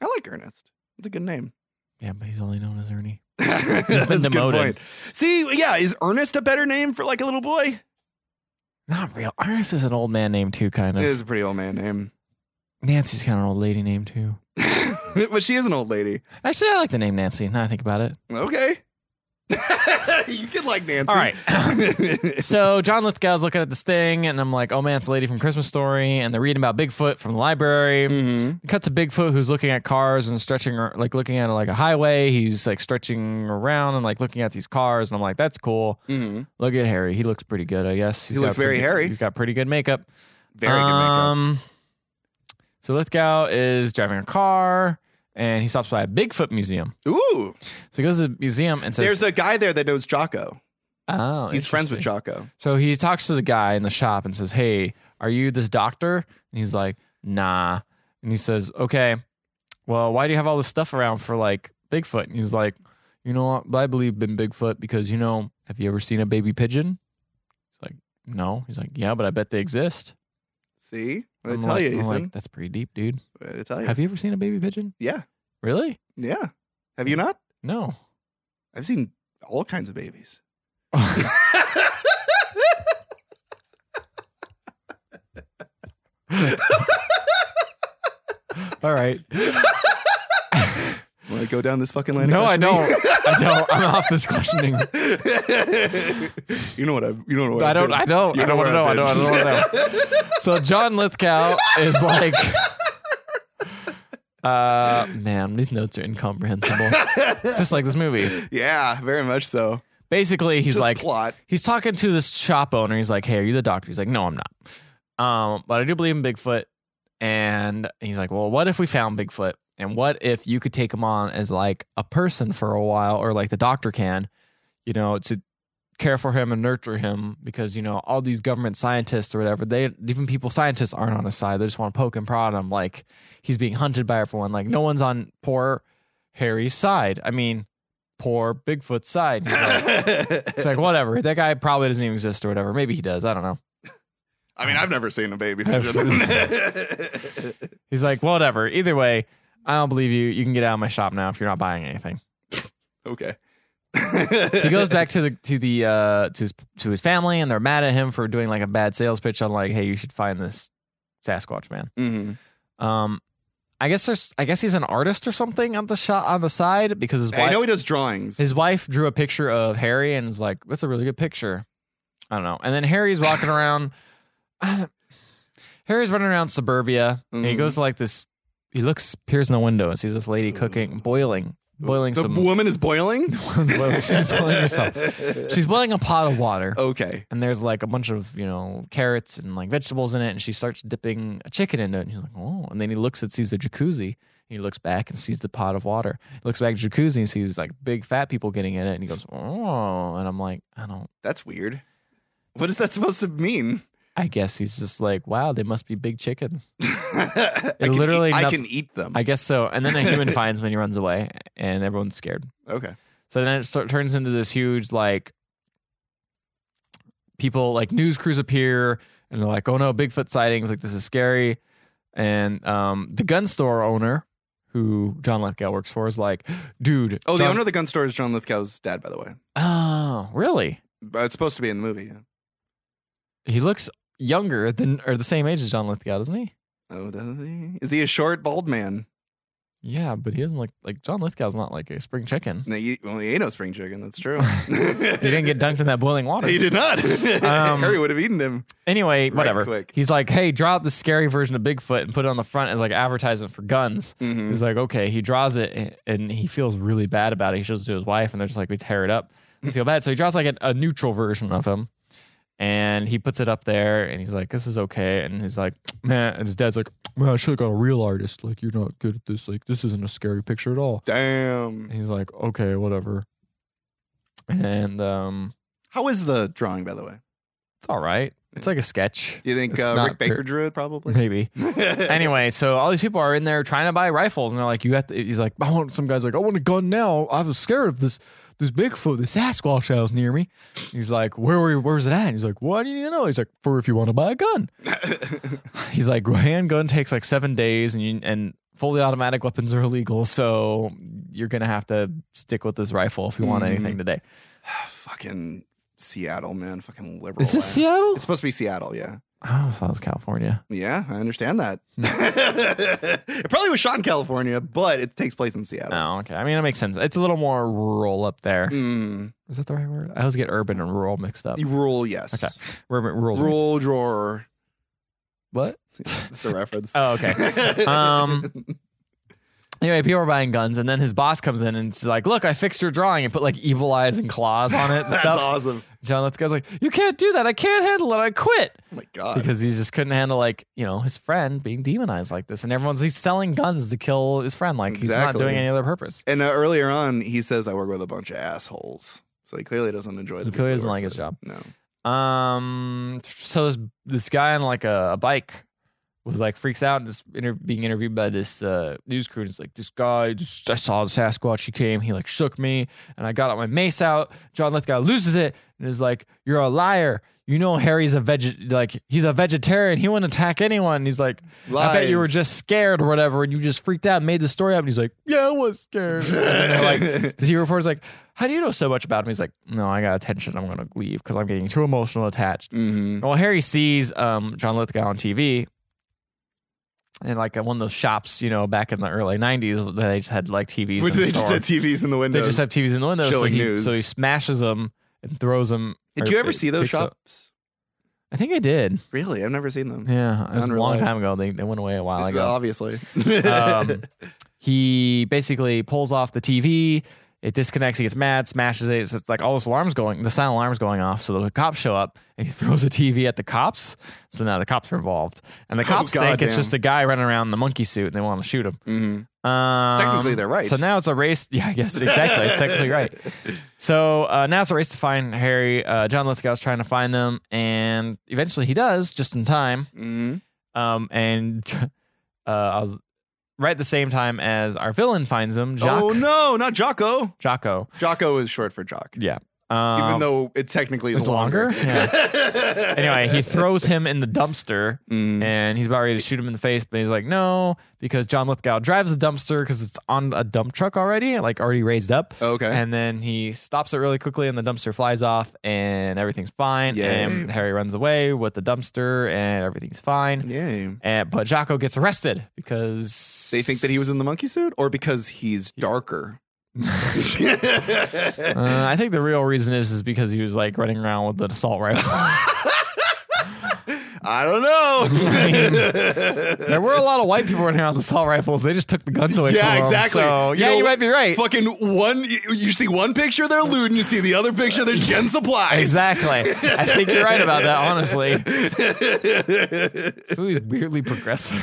I like Ernest. It's a good name. Yeah, but he's only known as Ernie. That's a good demoted. point. See, yeah, is Ernest a better name for like a little boy? Not real. Ernest is an old man name too, kind It of. is a pretty old man name. Nancy's kind of an old lady name too. but she is an old lady. Actually, I like the name Nancy. Now I think about it. Okay. you can like Nancy. All right. so John Lithgow's looking at this thing, and I'm like, oh man, it's the lady from Christmas Story, and they're reading about Bigfoot from the library. Mhm. Cut to Bigfoot, who's looking at cars and stretching, ar- like looking at like a highway. He's like stretching around and like looking at these cars, and I'm like, that's cool. Mhm. Look at Harry. He looks pretty good, I guess. He's He got looks very pretty- hairy. He's got pretty good makeup. Very good makeup. Um, so Lithgow is driving a car, and he stops by a Bigfoot museum. Ooh, So he goes to the museum and says, there's a guy there that knows Jocko. oh, He's friends with interesting. Jocko. So he talks to the guy in the shop and says, Hey, are you this doctor? And he's like, Nah. And he says, Okay, well, why do you have all this stuff around for like Bigfoot? And he's like, You know what? I believe in Bigfoot because, you know, have you ever seen a baby pigeon? He's like, No. He's like, Yeah, but I bet they exist. See, what did I I'm tell like- you, I'm Ethan? like, That's pretty deep, dude. what did I tell you? Have you ever seen a baby pigeon? yeah, Really? yeah. Have Hmm. you not? No. I've seen all kinds of babies. All right. Want to go down this fucking line? of No, I don't. I don't. I'm off this questioning. questioning? you know what I've. You don't know what I I've don't. been. I don't. You I don't want where to know. I I've don't. I don't want to know. been. so John Lithgow is like, uh, man, these notes are incomprehensible. Just like this movie. yeah, very much so. Basically, he's Just like, plot. he's talking to this shop owner. He's like, hey, are you the doctor? He's like, no, I'm not. Um, but I do believe in Bigfoot. And he's like, well, what if we found Bigfoot? And what if you could take him on as like a person for a while or like the doctor can, you know, to care for him and nurture him because, you know, all these government scientists or whatever, they even people scientists aren't on his side. They just want to poke and prod him. Like he's being hunted by everyone. Like no one's on poor Harry's side. I mean, poor Bigfoot's side. He's like, it's like whatever. That guy probably doesn't even exist or whatever. Maybe he does. I don't know. I mean, I've never seen a baby I've- pigeon. He's like whatever. Either way, I don't believe you. You can get out of my shop now if you're not buying anything. okay. He goes back to the to the uh, to his to his family and they're mad at him for doing like a bad sales pitch on like, hey, you should find this Sasquatch man. hmm Um, I guess there's I guess he's an artist or something on the shot on the side because his I wife know he does drawings. his wife drew a picture of Harry and was like, that's a really good picture. I don't know. And then Harry's walking around. I don't- Harry's running around suburbia and he Mhm. goes to like this. He looks, peers in the window and sees this lady cooking, boiling, boiling the some. woman is boiling. boiling- she's boiling herself. She's boiling a pot of Oh, water. okay. And there's like a bunch of, you know, carrots and like vegetables in it. And she starts dipping a chicken into it. And he's like, oh. And then he looks and sees the jacuzzi. And he looks back and sees the pot of water. He looks back at the jacuzzi and sees like big fat people getting in it. And he goes, oh. And I'm like, I don't, That's weird. What is that supposed to mean? I guess he's just like, wow, they must be big chickens. I It can eat- literally I noth- can eat them. I guess so. And then a human finds him and he runs away. And everyone's scared. okay. So then it sort turns into this huge like people like news crews appear and they're like, oh no, Bigfoot sightings, like this is scary. And um, the gun store owner, who John Lithgow works for, is like, dude, Oh, the John- owner of the gun store is John Lithgow's dad, by the way. Oh, really? But it's supposed to be in the movie. Yeah. He looks younger than or the same age as John Lithgow, doesn't he? Oh, does he? Is he a short, bald man? Yeah, but he doesn't look like John Lithgow's not like a spring chicken. No, you, well, he ain't no spring chicken. That's true. He He didn't get dunked in that boiling water. He did not. Um, Harry would have eaten him. Anyway, Right whatever. quick. He's like, hey, draw up the scary version of Bigfoot and put it on the front as like advertisement for guns. Mhm. He's like, okay, he draws it and he feels really bad about it. He shows it to his wife and they're just like, we tear it up. I feel bad. So he draws like a, a neutral version of him and he puts it up there and he's like, this is okay. And he's like, man, and his dad's like, man, I should have got a real artist. Like, you're not good at this. Like, this isn't a scary picture at all. Damn. And he's like, okay, whatever. And um, How is the drawing, by the way? it's all right. It's like a sketch, You think It's uh, not Rick Baker per- drew it, probably? maybe. anyway, so all these people are in there trying to buy rifles, and they're like, "You have to." He's like, "I want." Some guys like, "I want a gun now. I was scared of this this Bigfoot, this Sasquatch that was near me." He's like, "Where were? you- Where was it at?" And he's like, "What do you know?" He's like, "For if you want to buy a gun." He's like, "Handgun takes like seven days, and you, and fully automatic weapons are illegal, so you're gonna have to stick with this rifle if you want Mhm. anything today." Fucking Seattle, man. Fucking liberal. Is this ass. Seattle? It's supposed to be Seattle, yeah. I always thought it was California. Yeah, I understand that. it probably was shot in California, but it takes place in Seattle. No, okay. I mean, it makes sense. It's a little more rural up there. Is Oh. Mm, that the right word? I always get urban and rural mixed up. rule, yes. Ah. Okay. Urban, rural. Rule drawer. What? That's a reference. Oh, okay. Um, Anyway, people are buying guns, and then his boss comes in and it's like, "Look, I fixed your drawing and put like evil eyes and claws on it and That's stuff." awesome. John Lithgow's like, "You can't do that. I can't handle it. I quit." Oh my god. because he just couldn't handle like you know his friend being demonized like this, and everyone's he's selling guns to kill his friend. Like he's not Exactly. doing any other purpose. and uh, earlier on, he says, "I work with a bunch of assholes." So he clearly doesn't enjoy. The He people clearly he doesn't works like his with. job. No. Um, so this this guy on like a, a bike was like freaks out and is inter- being interviewed by this uh, news crew. And it's like this guy, just, I saw the Sasquatch. He came, he like shook me, and I got out my mace out. John Lithgow loses it and is like, "You're a liar." You know Harry's a veg like he's a vegetarian. He wouldn't attack anyone. And He's like, I bet you were Lies. just scared or whatever, and you just freaked out, and made the story up. And he's like, Yeah, I was scared. And then they're like, he reports like, How do you know so much about him? He's like, No, I got attention. I'm gonna leave because I'm getting too emotional attached. Mhm. Well, Harry sees um, John Lithgow on TV in like one of those shops, you know, back in the early '90s, where they just had like TVs. Which in the they just store. had TVs in the they windows. just have TVs in the window. So Showing he, news. so he smashes them and throws them. Did or you ever see those picks up- shops? I think I did. Really, I've never seen them. Yeah, it was a Unreal long life. time ago. They they went away a while ago. Obviously. um, he basically pulls off the TV. It disconnects. He gets mad, smashes it. It's just like all this alarms going, the silent alarms going off. So the cops show up, and he throws a TV at the cops. So now the cops are involved, and the cops think it's Oh, goddamn. just a guy running around in the monkey suit, and they want to shoot him. Mhm. Um, Technically, they're right. So now it's a race. Yeah, I guess exactly. It's technically right. So uh, now it's a race to find Harry. Uh, John Lithgow's trying to find them, and eventually he does, just in time. Mhm. Um, and uh, I was right at the same time as our villain finds him, Jock, Oh no, not Jocko. Jocko. Jocko is short for jock. Yeah. Even Um, though it technically is it's longer. longer? anyway, he throws him in the dumpster Mm. and he's about ready to shoot him in the face, but he's like, no, because John Lithgow drives a dumpster because it's on a dump truck already, like already raised up. Okay. And then he stops it really quickly, and the dumpster flies off, and everything's fine. Yay. And Harry runs away with the dumpster, and everything's Mm. fine. Yay. And, but Jocko gets arrested because They think that he was in the monkey suit or because he's darker. Uh, I think the real reason is is because he was like running around with an assault rifle. I don't know. there were a lot of white people running around with assault rifles. They just took the guns away. Yeah, from 'em. exactly. So You yeah, know, you might be right. Fucking one, you, you see one picture they're looting, you see the other picture they're just getting supplies. Exactly. I think you're right about that. Honestly, it's this movie's weirdly progressive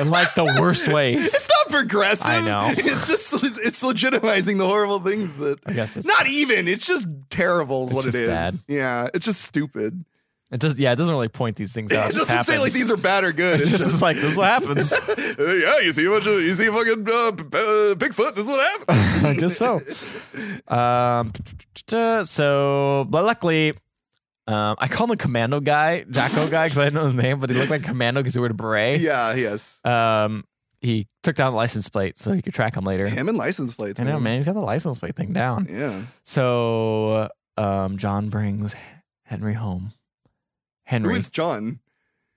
in like the worst ways. not progressive. I know. It's just it's legitimizing the horrible things that. I guess it's Not even. It's just terrible. Is It's what just it is. bad. Yeah. It's just stupid. It does. Yeah, it doesn't really point these things it out. It just doesn't say like happens. these are bad or good. It's just, it's like this is what happens. Uh, yeah, you see a bunch of you see a fucking uh, b- uh, Bigfoot. This is what happens. I guess so. Um, so, but luckily, um, I called him the commando guy, Jacko guy, because I didn't know his name, but he looked like commando because he wore a beret. yeah. Yes. Um, he took down the license plate so he could track him later. Him and license plates. I know, man. He's got the license plate thing down. Yeah. So, um, John brings Henry home. Who Henry, is John?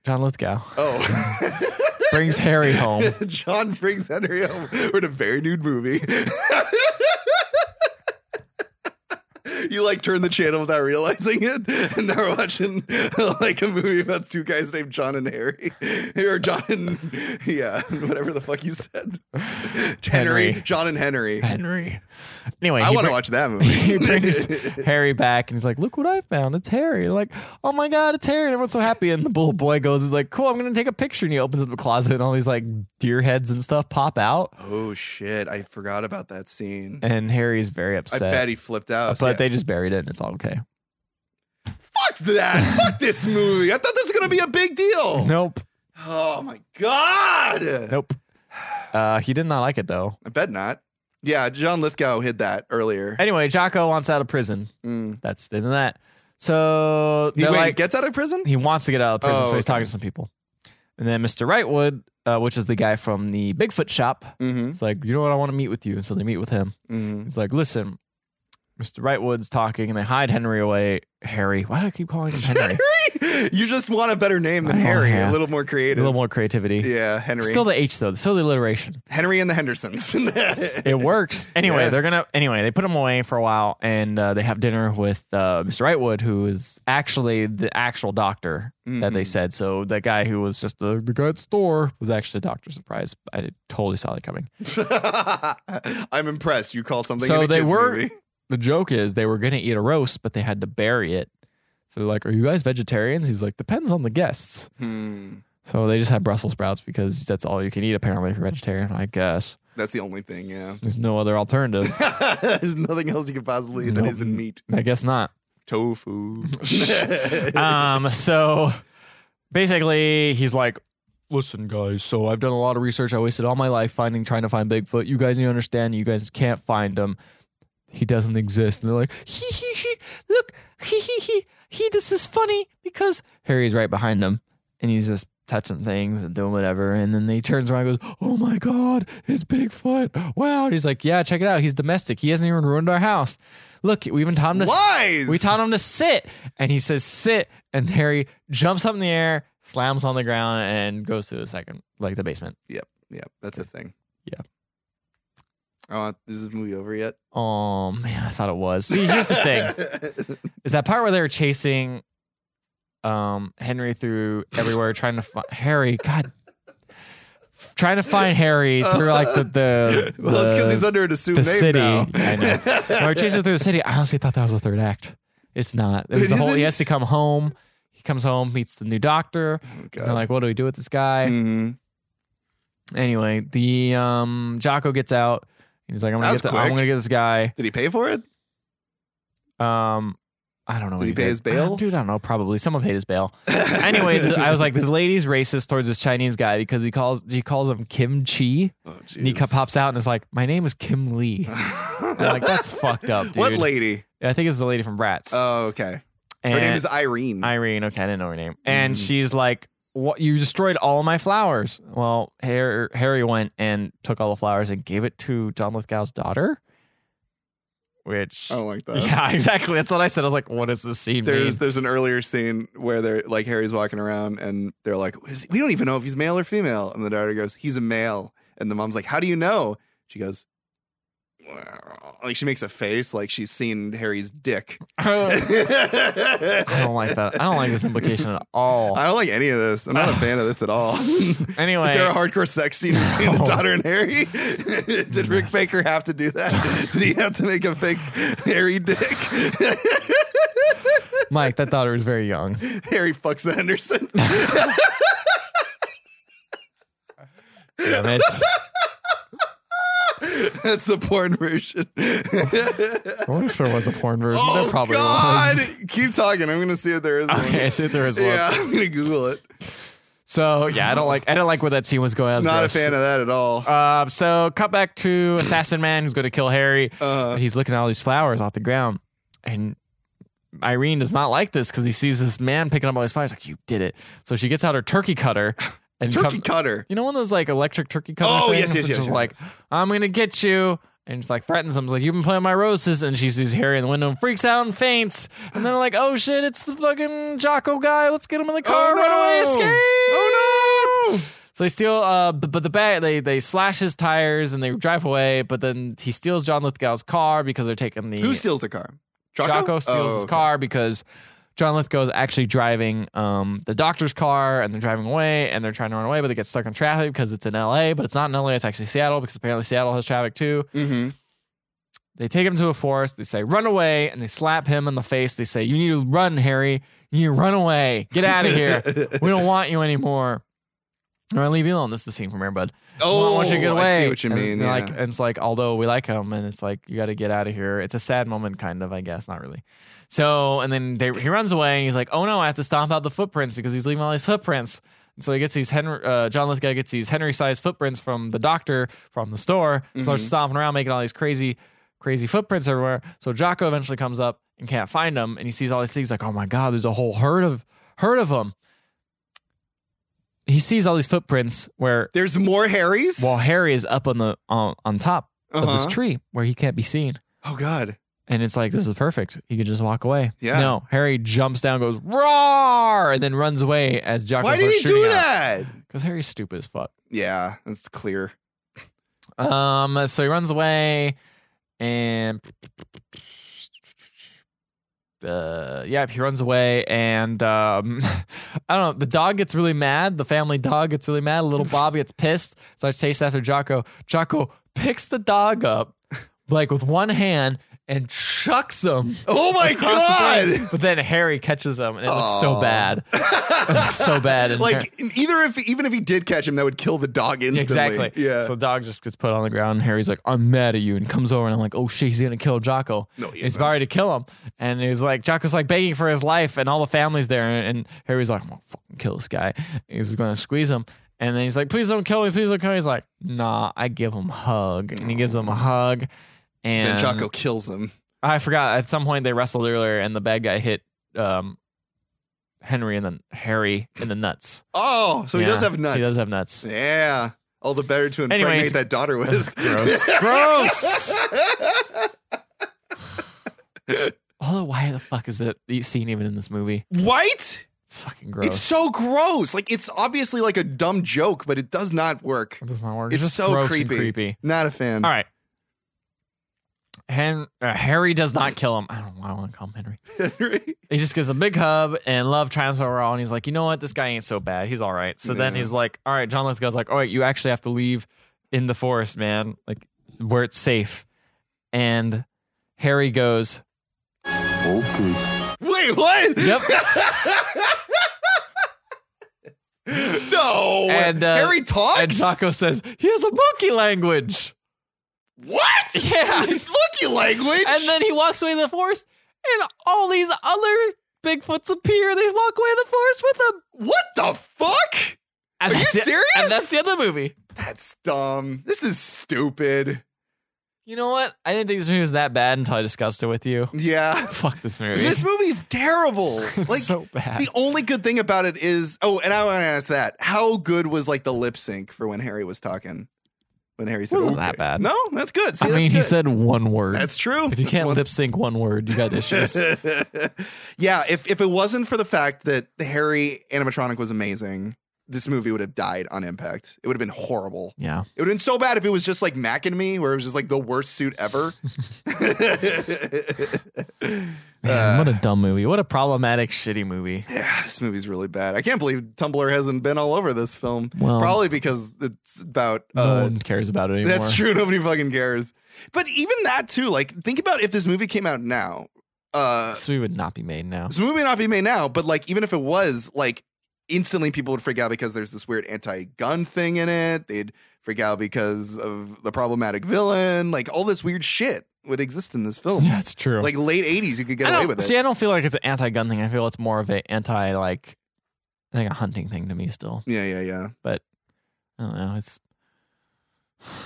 John Lithgow, Oh. brings Harry home. John brings Henry home. We're in a very nude movie. you like turn the channel without realizing it, and now we're watching like a movie about two guys named John and Harry, or John and yeah, whatever the fuck you said. Henry, Henry. John and Henry. Henry. Anyway, I he want to bring- watch that he movie. brings Harry back and he's like, Look what I found. It's Harry. Like, oh my God, it's Harry. And everyone's so happy. And the little boy goes, He's like, Cool, I'm going to take a picture. And he opens up the closet and all these like deer heads and stuff pop out. oh shit! I forgot about that scene. And Harry's very I upset. bet he flipped out. but they just buried it and it's all okay. Fuck that! Fuck this movie! I thought this was gonna be a big deal. Nope. Oh my god! Nope. Uh, he did not like it though. I bet not. Yeah, John Lithgow hid that earlier. Anyway, Jocko wants out of prison. Mm. That's the end of that. So He they're wait, like, gets out of prison. he wants to get out of prison, Oh, so he's okay. talking to some people. And then Mr. Wrightwood, uh, which is the guy from the Bigfoot shop, Mm-hmm. It's like, you know what? I want to meet with you. And so they meet with him. Mm-hmm. He's like, listen, Mr. Wrightwood's talking, and they hide Henry away. Harry, why do I keep calling him Henry? Mm-hmm. you just want a better name than Oh, Harry. A yeah. little more a creative. little more creativity. Yeah, Henry. Still the H though. Still the alliteration. Henry and the Hendersons. It works. Anyway, Yeah. they're gonna. Anyway, they put him away for a while, and uh, they have dinner with uh, Mr. Wrightwood, who is actually the actual doctor that they Mhm. said. So that guy who was just uh, the, the guy at the store was actually a doctor. Surprise! I did- totally saw that coming. I'm impressed. You call something. So in a they kids were- movie. The joke is they were gonna eat a roast, but they had to bury it. So they're like, "Are you guys vegetarians?" He's like, "Depends on the guests." Hmm. So they just had Brussels sprouts because that's all you can eat apparently if you're vegetarian. I guess That's the only thing. Yeah. there's no other alternative. There's nothing else you could possibly eat that Nope. isn't meat. I guess not. Tofu. um, so basically, he's like, "Listen, guys. So I've done a lot of research. I wasted all my life finding, trying to find Bigfoot. You guys need to understand. You guys can't find him. He doesn't exist." And they're like, "He he he! Look, he he he he! This is funny because Harry's right behind him, and he's just." Touching things and doing whatever, and then he turns around and goes, "Oh my God, it's Bigfoot! Wow!" And he's like, "Yeah, check it out. He's domestic. He hasn't even ruined our house. Look, we even taught him to Lies. we taught him to sit, and he says sit, and Harry jumps up in the air, slams on the ground, and goes to the second, like the basement. Yeah, that's a thing. Yeah. Oh, is this movie over yet? Oh man, I thought it was. See, here's the thing: is that part where they were chasing um Henry through everywhere, trying to find Harry. God, trying to find Harry through like the the. well, it's because Uh, the- he's under an assumed the name city. now. Oh, I know. When we're chasing through the city. I honestly thought that was the third act. It's not. It was It the whole. He isn't? has to come home. He comes home, meets the new doctor. Oh, And they're God. like, what do we do with this guy? Mhm. Anyway, the um Jocko gets out. He's like, I'm That gonna was get the, I'm quick. gonna get this guy. Did he pay for it? Um, I don't know. what Uh, he pay his bail? dude? I don't know. Probably someone paid his bail. anyway, th- I was like, this lady's racist towards this Chinese guy because he calls he calls him Kim Chi. oh, And he jeez. pops out and is like, my name is Kim Lee. I'm like, that's fucked up, dude. What lady? I think it's the lady from Bratz. Oh, okay. Her And- name is Irene. Irene. Okay, I didn't know her name. And Mhm. she's like, "What? You destroyed all my flowers." Well, Harry, Harry went and took all the flowers and gave it to John Lithgow's daughter, which. I don't like that. Yeah, exactly. That's what I said. I was like, "What is this scene?" There's mean? there's an earlier scene where they're like Harry's walking around and they're like, "Is- we don't even know if he's male or female. And the daughter goes, he's a male. And the mom's like, how do you know? She goes, "Well," like she makes a face like she's seen Harry's dick. I don't like that. I don't like this implication at all. I don't like any of this. I'm not a fan of this at all. Is Anyway, there a hardcore sex scene between the No. daughter and Harry? Did Rick Baker have to do that? Did he have to make a fake Harry dick? Mike, that daughter was very young. Harry fucks the Henderson. Damn it! That's the porn version. I wonder if there was a porn version. oh there probably God! was. Keep talking. I'm gonna see if there is. one. Okay, I see if there is one. Yeah, I'm gonna Google it. So yeah, I don't like. I don't like where that scene was going. I was Not a gross. fan of that at all. Uh, so cut back to Assassin Man who's going to kill Harry. Uh, He's looking at all these flowers off the ground, and Irene does not like this because he sees this man picking up all these flowers. Like you did it. So she gets out her turkey cutter and turkey come- cutter. you know one of those like electric turkey cutter Oh, things. yes, yes, It's yes, just yes. like I'm going to get you. And it's like threatens him. It's like you've been playing my roses, and she sees Harry in the window and freaks out and faints. And then like, oh shit, it's the fucking Jocko guy. Let's get him in the car, Oh, run away, no. escape. Oh no! So they steal, uh, but, but the bag they they slash his tires and they drive away. But then he steals John Lithgow's car because they're taking the Who steals the car? Jocko, Jocko steals Oh, his okay. car because John Lithgow's actually driving um the doctor's car and they're driving away and they're trying to run away, but they get stuck in traffic because it's in L.A. But it's not in L.A. It's actually Seattle because apparently Seattle has traffic too. Mhm. They take him to a forest. They say run away and they slap him in the face. They say you need to run, Harry. You need to run away. Get out of here. we don't want you anymore. Or I leave you alone. This is the scene from Airbud. oh, I want you to get away. I see what you And mean. they're Yeah. Like, and it's like, although we like him, and it's like you got to get out of here. It's a sad moment, kind of, I guess, not really. So, and then they, he runs away, and he's like, oh no, I have to stomp out the footprints because he's leaving all these footprints. And so he gets these Henry, uh, John Lithgow gets these Henry-sized footprints from the doctor from the store. So they're Mhm. stomping around, making all these crazy, crazy footprints everywhere. So Jocko eventually comes up and can't find them, and he sees all these things. Like, oh my god, there's a whole herd of herd of them. He sees all these footprints where There's more Harrys. while Harry is up on the on, on top of this Uh-huh. tree where he can't be seen. Oh God! And it's like, this is perfect. He could just walk away. Yeah. No, Harry jumps down, goes, roar, and then runs away as Jocko Why did he do that? Because Harry's stupid as fuck. Yeah, that's clear. Um, so he runs away, and uh, yeah, he runs away, and um, I don't know. The dog gets really mad. The family dog gets really mad. Little Bob gets pissed, so I chase after Jocko. Jocko picks the dog up, like with one hand, and chucks him. Oh my across the god. plane. But then Harry catches him, and it looks so Aw. bad. It looks so bad. And Harry- like either if even if he did catch him, that would kill the dog Yeah, instantly. Exactly. Yeah. So the dog just gets put on the ground. And Harry's like, I'm mad at you. And comes over and I'm like, oh shit, he's going to kill Jocko. no, he He's isn't. about ready to kill him. And he's like, Jocko's like begging for his life. And all the family's there. And, and Harry's like, I'm going to fucking kill this guy. He's going to squeeze him. And then he's like, please don't kill me. Please don't kill me. He's like, nah, I give him a hug. And he gives him a hug. And Then Jocko kills him. I forgot at some point they wrestled earlier and the bad guy hit um, Henry and then Harry in the nuts. Oh, so he does Yeah, have nuts. He does have nuts. Yeah. All the better to impregnate Anyways. that daughter with. Gross. Gross. Also, why the fuck is that scene even in this movie? White? It's fucking gross. It's so gross. Like it's obviously like a dumb joke, but it does not work. it does not work. it's just so gross and creepy. creepy. Not a fan. All right. Hen- uh, Harry does not kill him. I don't know why I want to call him Henry. Henry. He just gives a big hug and love triumphs over all. And he's like, you know what? This guy ain't so bad. He's all right. So then Yeah. he's like, all right, John Lithgow's like, all right, you actually have to leave in the forest, man, like where it's safe. And Harry goes, Wait, what? Yep. no. And, uh, Harry talks? and Jocko says, he has a monkey language. What? Yeah. It's lucky language. And then he walks away in the forest, and all these other Bigfoots appear. They walk away in the forest with him. what the fuck? And Are you that's the- serious? and that's the other movie. That's dumb. This is stupid. You know what? I didn't think this movie was that bad until I discussed it with you. Yeah. Fuck this movie. This movie's terrible. it's like so bad. the only good thing about it is oh, and I want to ask that. How good was like the lip sync for when Harry was talking? When Harry said Wasn't "Okay." that bad. No, that's good. See, I that's mean, he good. said one word. that's true. if you That's can't one- lip sync one word, you got issues. yeah, if if it wasn't for the fact that the Harry animatronic was amazing, this movie would have died on impact. It would have been horrible. yeah. It would have been so bad if it was just like Mac and me, where it was just like the worst suit ever. Man, Uh, what a dumb movie. What a problematic, shitty movie. yeah, this movie's really bad. I can't believe Tumblr hasn't been all over this film. Well, Probably because it's about Oh. no uh, one cares about it anymore. that's true. Nobody fucking cares. But even that too, like think about if this movie came out now. Uh, This movie would not be made now. this movie may not be made E now, but like even if it was, like instantly people would freak out because there's this weird anti-gun thing in it. They'd freak out because of the problematic villain. Like all this weird shit would exist in this film. Yeah, it's true. Like late '80s, you could get I away don't- with see, it. I don't feel like it's an anti-gun thing. I feel it's more of an anti like I think a hunting thing to me still. Yeah, yeah, yeah. I don't know. It's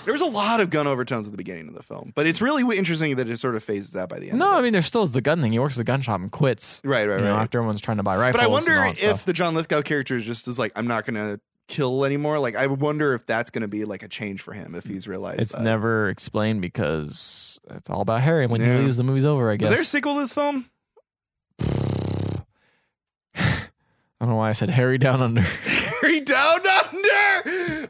There was a lot of gun overtones at the beginning of the film, but it's really interesting that it sort of phases out by the end. no, I of it. mean there still is the gun thing. He works at the gun shop and quits. right, right, you know, right. after everyone's trying to buy rifles. But I and all wonder that if stuff. the John Lithgow character is just is like, I'm not gonna kill anymore. Like, I wonder if that's gonna be like a change for him if he's realized it's that. never explained because it's all about Harry. When Yeah. he leaves, the movie's over. I Is guess. there a sequel to this film? I don't know why I said Harry down under. Harry Down Under.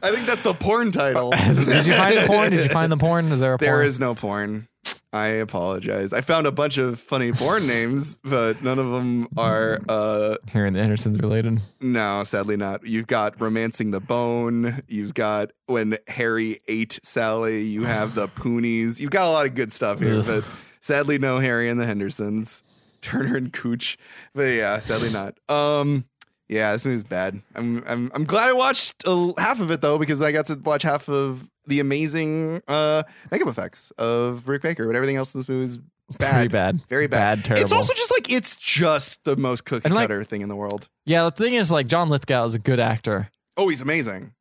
I think that's the porn title. Did you find the porn? Did you find the porn? Is there a There porn? is no porn. I apologize. I found a bunch of funny porn names, but none of them are. uh Harry and the Andersons related. No, sadly not. You've got romancing the bone. You've got when Harry ate Sally. You have the Poonies. You've got a lot of good stuff here, Ugh. but sadly no Harry and the Hendersons, Turner and Cooch. But yeah, sadly not. Um, yeah, this movie's bad. I'm I'm I'm glad I watched uh, half of it though because I got to watch half of the amazing uh makeup effects of Rick Baker. But everything else in this movie is Pretty bad. bad. Very bad. Bad. Terrible. It's also just like it's just the most cookie And, like- cutter thing in the world. yeah. The thing is, like John Lithgow is a good actor. Oh, he's amazing.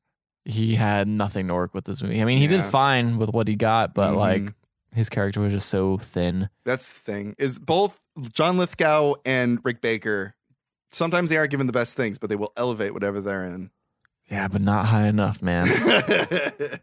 he had nothing to work with this movie. I mean, he did Yeah. fine with what he got, but Mhm. like his character was just so thin. That's the thing. Is both John Lithgow and Rick Baker. Sometimes they are given the best things, but they will elevate whatever they're in. Yeah, but not high enough, man.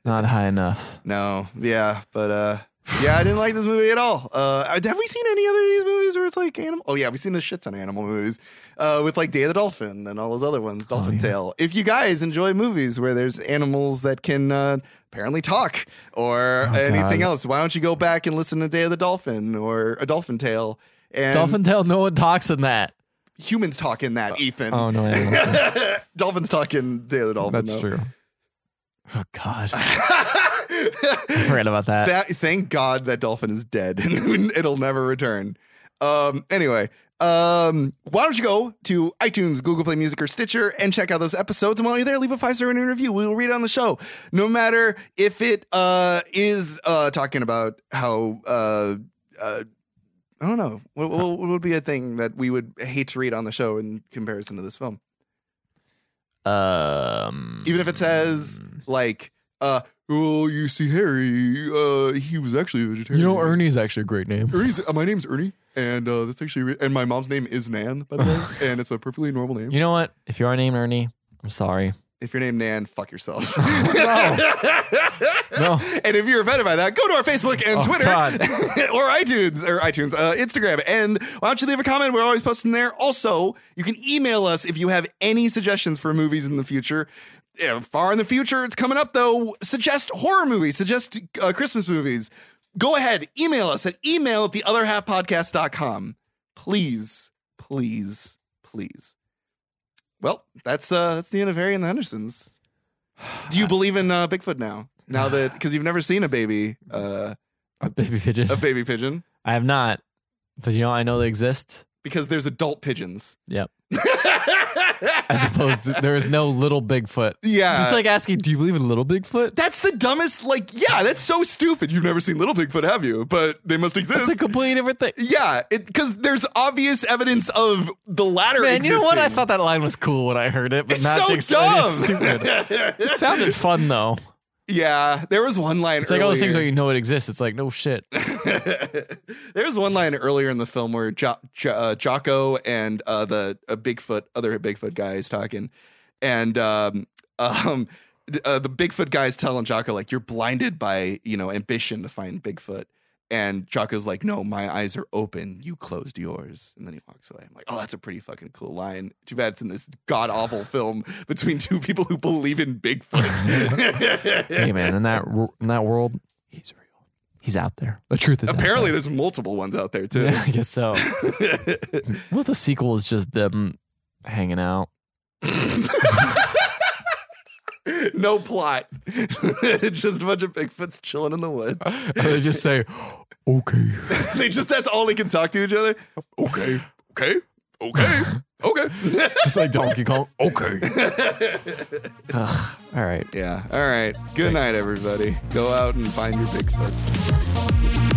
not high enough. no, yeah, but uh, yeah, I didn't like this movie at all. Uh, have we seen any other of these movies where it's like animal? Oh yeah, we've seen the shit ton of animal movies uh, with like Day of the Dolphin and all those other ones, Dolphin Oh, yeah. Tale. If you guys enjoy movies where there's animals that can uh, apparently talk or Oh, anything God. else, why don't you go back and listen to Day of the Dolphin or a Dolphin Tale? And Dolphin Tale, no one talks in that. humans talk in that, Ethan. Oh no, no, no. Dolphins talk in Day of the Dolphin. that's though. true. Oh God, I forgot about that. that thank god that dolphin is dead and it'll never return um anyway um why don't you go to itunes google play music or stitcher and check out those episodes and while you're there leave a five star rating and review we will read it on the show no matter if it uh is uh talking about how uh uh I don't know. What, what what would be a thing that we would hate to read on the show in comparison to this film? um, Even if it says- Hmm. Like, uh, oh, you see Harry, uh, he was actually a vegetarian. you know, Ernie's actually a great name. Ernie's, uh, my name's Ernie, and uh, that's actually re- and my mom's name is Nan, by the way, and it's a perfectly normal name. You know what? If you are named Ernie, I'm sorry. if you're named Nan, fuck yourself. No. And if you're offended by that, go to our Facebook and Oh, Twitter God. or iTunes or iTunes, uh, Instagram. And why don't you leave a comment? We're always posting there. Also, you can email us if you have any suggestions for movies in the future. Yeah, far in the future, it's coming up though. Suggest horror movies, suggest uh, Christmas movies. Go ahead, email us at email at the other half podcast.com. Please, please, please. Well, that's uh that's the end of Harry and the Hendersons. Do you believe in uh, Bigfoot now? Now that because you've never seen a baby uh A baby pigeon. a baby pigeon I have not, but you know I know they exist. because there's adult pigeons. Yep. As opposed to there is no little Bigfoot. yeah. It's like asking, do you believe in little Bigfoot? that's the dumbest like yeah, that's so stupid. You've never seen little Bigfoot, have you? But they must exist. That's a completely different thing. yeah, because there's obvious evidence of the latter. Man, you know what? I existing. thought that line was cool when I heard it, but it's not so to explain it, it's dumb. stupid. It sounded fun though. yeah, there was one line. It's like all those things earlier- where you know it exists. It's like no shit. There's one line earlier in the film where jo- jo- uh, Jocko and uh, the uh, Bigfoot, other Bigfoot guy is talking, and um, um, d- uh, the Bigfoot guy is telling Jocko like, "You're blinded by you know ambition to find Bigfoot," and Jocko's like, "No, my eyes are open. You closed yours." And then he walks away. I'm like, "Oh, that's a pretty fucking cool line. Too bad it's in this god awful film between two people who believe in Bigfoot." Hey man, in that wor- in that world, he's real. He's out there. The truth is out Apparently, there's multiple ones out there there. too. Yeah, I guess so. What if the sequel is just them hanging out? no plot. just a bunch of Bigfoots chilling in the woods. they just say, okay. They just that's all they can talk to each other. Okay. Okay. Okay. Okay. Just like Donkey Kong. Okay. all right. yeah. All right. Good night, everybody. Go out and find your Bigfoots.